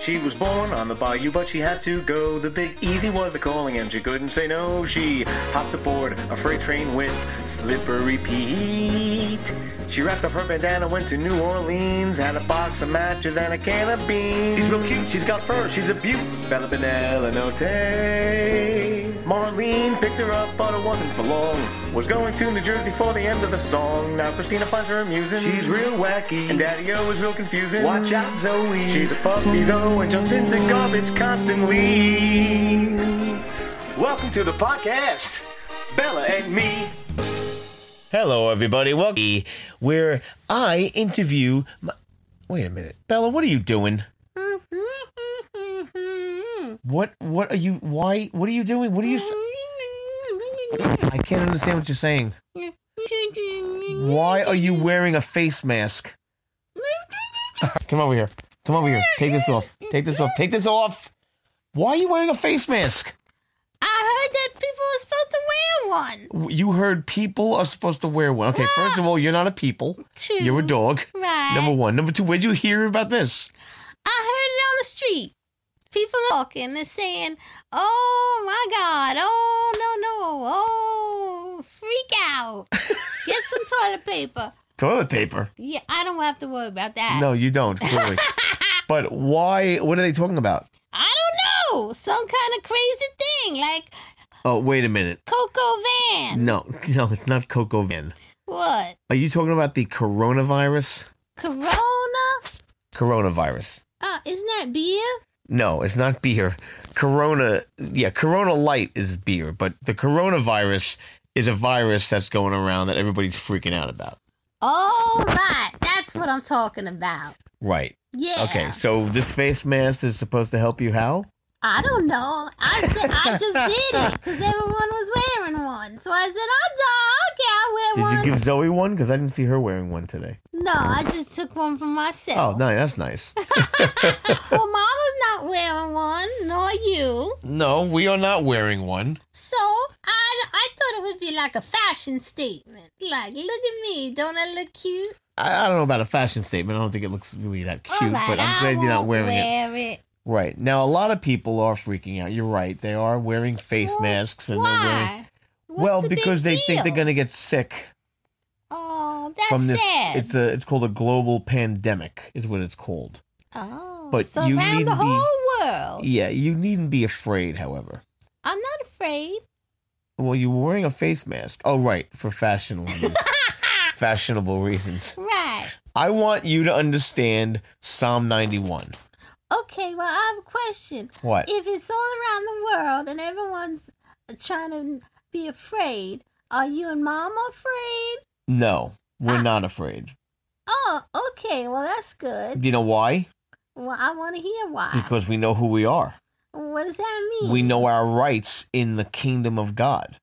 She was born on the bayou, but she had to go. The big easy was a calling, and she couldn't say no. She hopped aboard a freight train with Slippery Pete. She wrapped up her bandana, went to New Orleans, had a box of matches and a can of beans. She's real cute, she's got fur, she's a beaut. Bella Benella Note. Marlene picked her up, but it wasn't for long. Was going to New Jersey for the end of the song. Now Christina finds her amusing. She's real wacky, and Daddy O is real confusing. Watch out, Zoe. She's a puppy though, and jumps into garbage constantly. Welcome to the podcast, Bella and me. Hello, everybody. Welcome where I interview. My- Wait a minute, Bella. What are you doing? What? What are you? Why? What are you doing? What are you? s- I can't understand what you're saying. Why are you wearing a face mask? Come over here. Come over here. Take this off. Take this off. Take this off. Why are you wearing a face mask? I heard that people are supposed to wear one. You heard people are supposed to wear one. Okay, first of all, you're not a people. True. You're a dog. Right. Number one. Number two, where'd you hear about this? I heard it on the street. People walking and saying, "Oh my God! Oh no no! Oh freak out! Get some toilet paper." Toilet paper. Yeah, I don't have to worry about that. No, you don't, clearly. but why? What are they talking about? I don't know. Some kind of crazy thing like Oh, wait a minute. Coco Van. No, no, it's not Coco Van. What? Are you talking about the coronavirus? Corona? Coronavirus. Uh, isn't that beer? No, it's not beer. Corona, yeah, Corona Light is beer, but the coronavirus is a virus that's going around that everybody's freaking out about. All right, that's what I'm talking about. Right. Yeah. Okay, so this face mask is supposed to help you how? I don't know. I said I just did it because everyone was wearing one. So I said, oh, okay, I'll Did wear you one. give Zoe one? Because I didn't see her wearing one today. no, I just took one for myself. Oh, no, that's nice. Well, Mama's not wearing one, nor you. no, we are not wearing one. So I, I thought it would be like a fashion statement. Like, look at me. Don't I look cute? I, I don't know about a fashion statement. I don't think it looks really that All cute, right, but I'm I glad you're not won't wearing it. wear it. Right. Now, a lot of people are freaking out. You're right. They are wearing face Well, masks. and they're wearing. Why? What's well, the big because they think they're deal? going to get sick Oh, that's from this. sad. It's a. It's called a global pandemic. Is what it's called. oh, but so you around the needn't be- e- whole world. Yeah, you needn't be afraid. However, I'm not afraid. well, you're wearing a face mask. Oh, right, for fashionable, fashionable reasons. Right. I want you to understand Psalm 91. Okay, well, I have a question. What? If it's all around the world and everyone's trying to be afraid, are you and Mama afraid? No, we're Ah. not afraid. Oh, okay, well, that's good. Do you know why? Well, I want to hear why. Because we know who we are. what does that mean? We know our rights in the kingdom of God.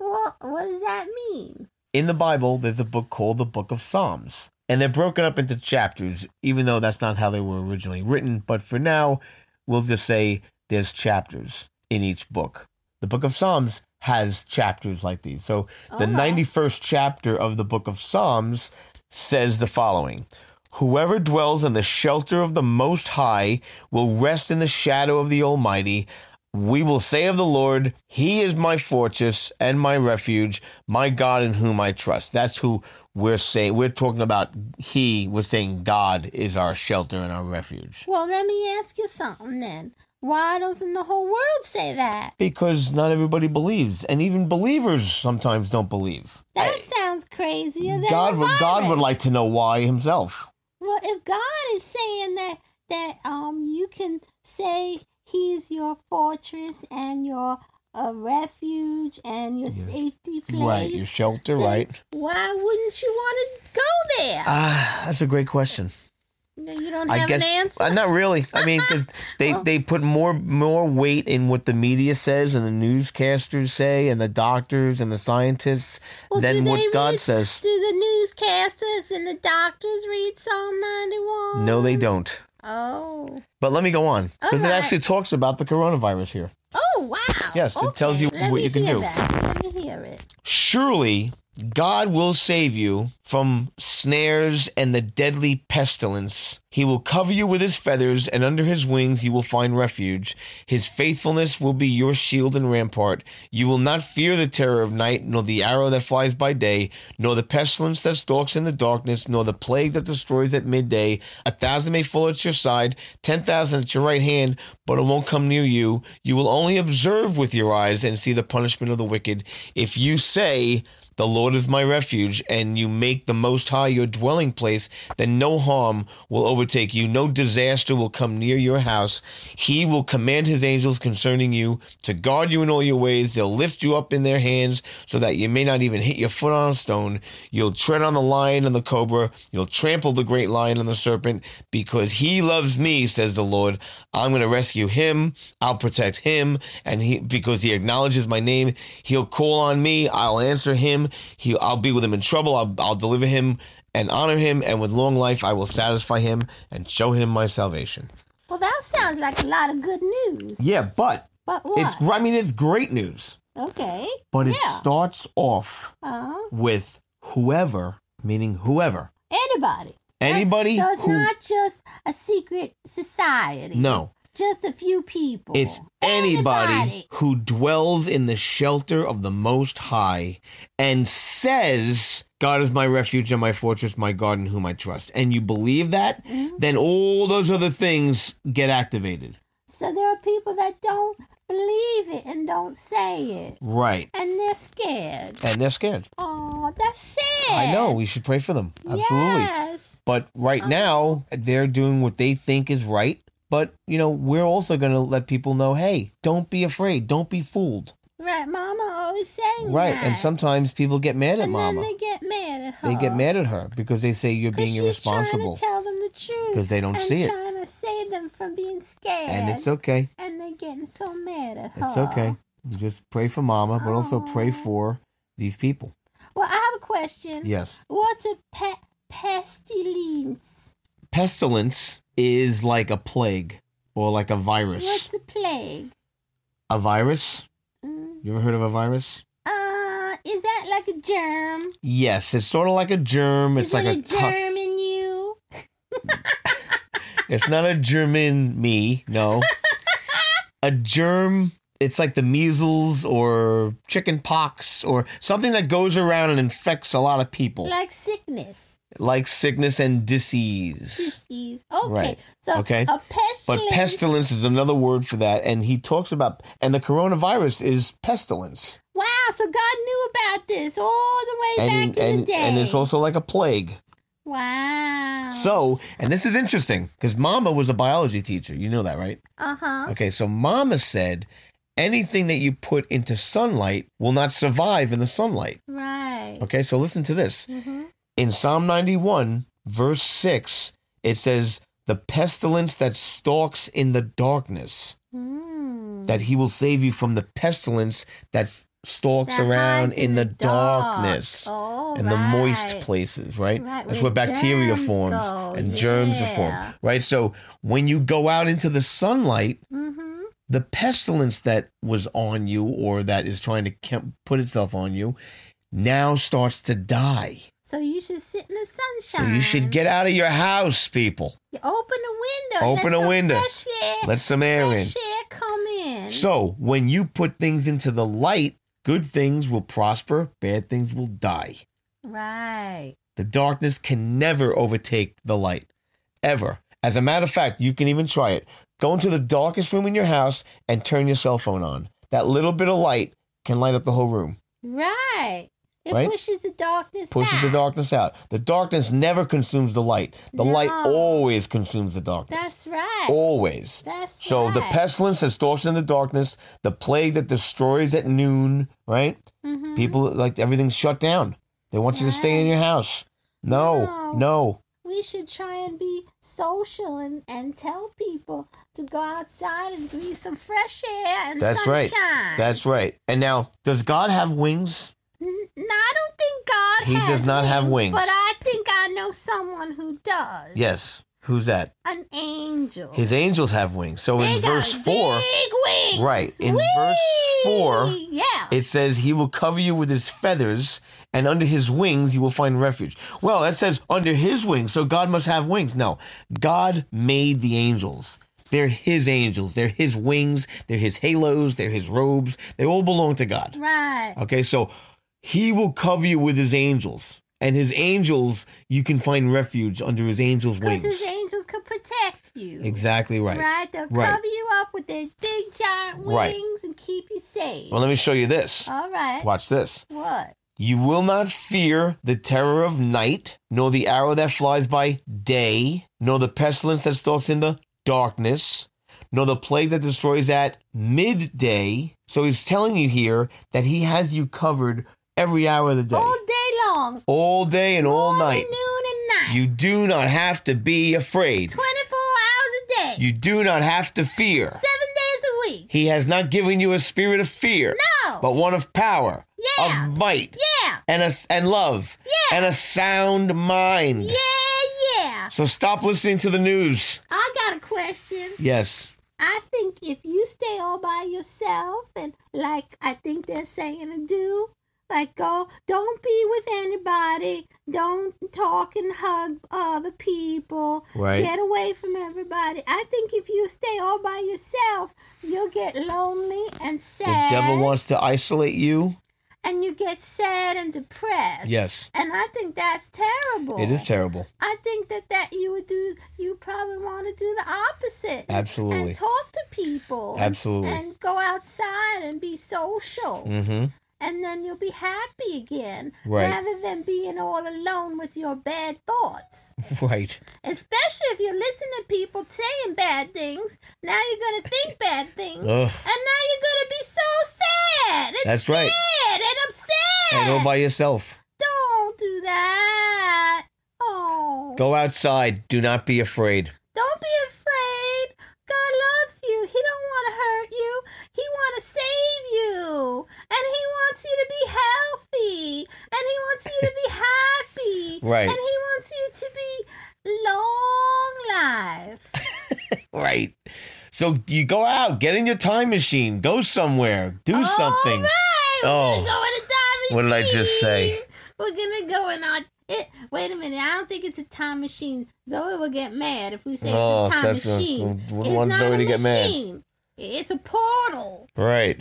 Well, what does that mean? In the Bible, there's a book called the Book of Psalms, and they're broken up into chapters, even though that's not how they were originally written. But for now, we'll just say there's chapters in each book. The Book of Psalms has chapters like these. So the All right. 91st chapter of the Book of Psalms says the following Whoever dwells in the shelter of the Most High will rest in the shadow of the Almighty. We will say of the Lord, He is my fortress and my refuge, my God in whom I trust. That's who we're saying. We're talking about He. We're saying God is our shelter and our refuge. Well, let me ask you something then. Why doesn't the whole world say that? Because not everybody believes, and even believers sometimes don't believe. That sounds crazier than God the would, God would virus. like to know why himself. Well, if God is saying that that um you can say He's your fortress and your uh, refuge and your safety place, shelter, then Why wouldn't you want to go there? Ah, that's a great question. you don't I have guess an answer. Oh. uh, not really. I mean, because they, they put more more weight in what the media says and the newscasters say and the doctors and the scientists Well, do than what they God read- says. Do the newscasters and the doctors read Psalm ninety one? No, they don't. Oh. But let me go on because it Alright. actually talks about the coronavirus here. Oh wow. Yes, it tells Okay, you let what me you can hear do. That. Let me hear it. Surely God will save you from snares and the deadly pestilence. He will cover you with his feathers, and under his wings you will find refuge. His faithfulness will be your shield and rampart. You will not fear the terror of night, nor the arrow that flies by day, nor the pestilence that stalks in the darkness, nor the plague that destroys at midday. A thousand may fall at your side, ten thousand at your right hand, but it won't come near you. You will only observe with your eyes and see the punishment of the wicked. If you say, the Lord is my refuge, and you make the Most High your dwelling place, then no harm will overtake you, no disaster will come near your house. He will command his angels concerning you to guard you in all your ways. They'll lift you up in their hands so that you may not even hit your foot on a stone. You'll tread on the lion and the cobra, you'll trample the great lion and the serpent, because he loves me, says the Lord. I'm going to rescue him, I'll protect him, and he because he acknowledges my name, he'll call on me, I'll answer him he I'll be with him in trouble. I'll, I'll deliver him and honor him, and with long life I will satisfy him and show him my salvation. Well, that sounds like a lot of good news. Yeah, but But what? it's I mean it's great news, okay. but it Yeah. starts off Uh-huh. with whoever, meaning whoever, Anybody. anybody So it's who not just a secret society. no, Just a few people. it's anybody, who dwells in the shelter of the Most High and says. God is my refuge and my fortress, my God in whom I trust. And you believe that, then all those other things get activated. So there are people that don't believe it and don't say it. Right. And they're scared. And they're scared. Oh, that's sad. I know. We should pray for them. Absolutely. Yes. But right now, they're doing what they think is right. But, you know, we're also going to let people know hey, don't be afraid. Don't be fooled. Right, Mama always saying Right. that. And sometimes people get mad at And mama. then they get mad at her. They get mad at her because they say you're 'Cause being she's trying irresponsible. to tell them the truth. 'Cause they don't and see it. trying to save them from being scared. And it's okay. And they're getting so mad at her. It's okay. Just pray for mama, but also pray for these people. Well, I have a question. Yes. What's a pe- pestilence? Pestilence is like a plague or like a What's virus. the plague? A virus? Mm. You ever heard of a virus? Uh, is that like a germ? Yes, it's sort of like a germ. It's is like it a, co- a germ in you? it's not a germ in me. No, a germ. It's like the measles or chicken pox or something that goes around and infects a lot of people, Like sickness. like sickness and disease. Disease. Okay. Right. So Okay. a pestilence. But pestilence is another word for that, and he talks about and the coronavirus is pestilence, Wow, so God knew about this all the way and back in the and, day. and it's also like a plague. wow. So, and this is interesting because Mama was a biology teacher. You know that, right? uh huh. Okay, so Mama said anything that you put into sunlight will not survive in the sunlight. Right. Okay, so listen to this. Mm-hmm. In Psalm 91, verse 6, it says, The pestilence that stalks in the darkness, Mm. that he will save you from the pestilence that stalks That around hides in the, dark. darkness. Oh, and the moist right. places, right? Right, That's where where bacteria germs forms go, and germs are yeah. formed, right? So when you go out into the sunlight, Mm-hmm. the pestilence that was on you or that is trying to ke- put itself on you now starts to die. So you should sit in the So sunshine. you should get out of your house, people. You open a window. Open let a some window. Fresh air, Let some air in. fresh air come in. So when you put things into the light, good things will prosper, bad things will die. right. The darkness can never overtake the light, ever. As a matter of fact, you can even try it. Go into the darkest room in your house and turn your cell phone on. That little bit of light can light up the whole room. Right. It Right? pushes the darkness pushes the back. darkness out. The darkness never consumes the light. The light No. always consumes the darkness. That's right. always. That's so right. the pestilence that stalks in the darkness, the plague that destroys at noon, right? Mhm. People like everything's shut down. They want you to stay in your house. No. No, no. We should try and be social and, and tell people to go outside and breathe some fresh air and That's sunshine. right. That's right. And now, does God have wings? N- No, I don't think God. He has does not have wings. but I think I know someone who does. Yes. Who's that? An angel. His angels have wings. So They in got verse 4, Big wings. right, in Whee! verse 4, Yeah. it says, He will cover you with His feathers, and under His wings you will find refuge. Well, that says under His wings, so God must have wings. No, God made the angels. They're His angels. They're His wings. They're His halos. They're His robes. They all belong to God. right. Okay, so he will cover you with his angels, and his angels, you can find refuge under his angels' Because wings. his angels could protect you. Exactly right. Right. They'll Right. cover you up with their big giant wings Right. and keep you safe. Well, let me show you this. All right. Watch this. What? You will not fear the terror of night, nor the arrow that flies by day, nor the pestilence that stalks in the darkness, nor the plague that destroys at midday. So he's telling you here that he has you covered every hour of the day, All day long. all day and all morning, night. noon, and night. You do not have to be afraid. 24 hours a day. You do not have to fear. seven days a week. He has not given you a spirit of fear, No. but one of power, Yeah. of might, yeah. and a, and love, Yeah. and a sound mind. Yeah, yeah. So stop listening to the news. I got a question. Yes. I think if you stay all by yourself and like I think they're saying to do, like go, don't be with anybody, don't talk and hug other people, Right. get away from everybody. I think if you stay all by yourself, you'll get lonely and The sad, devil wants to isolate you. and you get sad and depressed. Yes. and I think that's terrible. It is terrible. I think that that you would do. You probably want to do the opposite. and- Absolutely. And talk to people. and- Absolutely. And, go outside and be social, Mhm. and then you'll be happy again. Right. Rather than being all alone with your bad thoughts. Right. Especially if you listen to people saying bad things. Now you're gonna think bad things, and now Ugh. you're gonna be so sad. And That's right. Sad and upset. And all by yourself. Don't do that. Oh. Go outside. Do not be afraid. Don't be afraid. God loves you. He don't want to hurt you. He want to save you. And he wants you to be healthy. And he wants you to be happy. Right. And he wants you to be long life. Right. So you go out, get in your time machine, go somewhere, do something. All right. We're Oh. going to go in a time machine. What did I just say? We're going to go in our... It, wait a minute. I don't think it's a time machine. Zoe will get mad if we say Oh, it's a time that's a- machine. wouldn't it's want not Zoe a to get mad. machine. It's a portal. Right.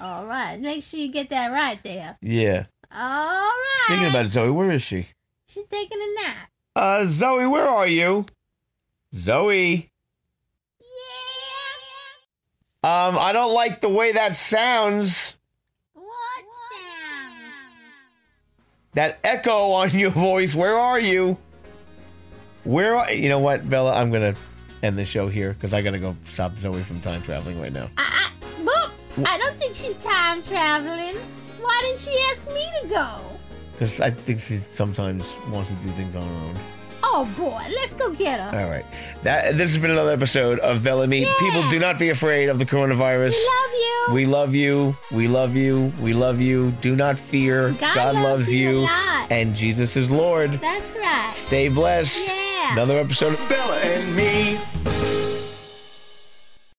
All right. Make sure you get that right there. Yeah. All right. Thinking about Zoe, where is she? She's taking a nap. Uh, Zoe, where are you? Zoe. Yeah. Um, I don't like the way that sounds. What, sound? That echo on your voice. Where are you? Where are you know what, Bella? I'm gonna end the show here because I gotta go stop Zoe from time traveling right now. I, I, Boop. I don't think she's time traveling. Why didn't she ask me to go? Because I think she sometimes wants to do things on her own. Oh boy, let's go get her. All right. That this has been another episode of Bella Meet. People do not be afraid of the coronavirus. We love you. We love you. We love you. We love you. Do not fear. God loves you a lot. And Jesus is Lord. That's right. Stay blessed. Yeah. Another episode of Bella and me.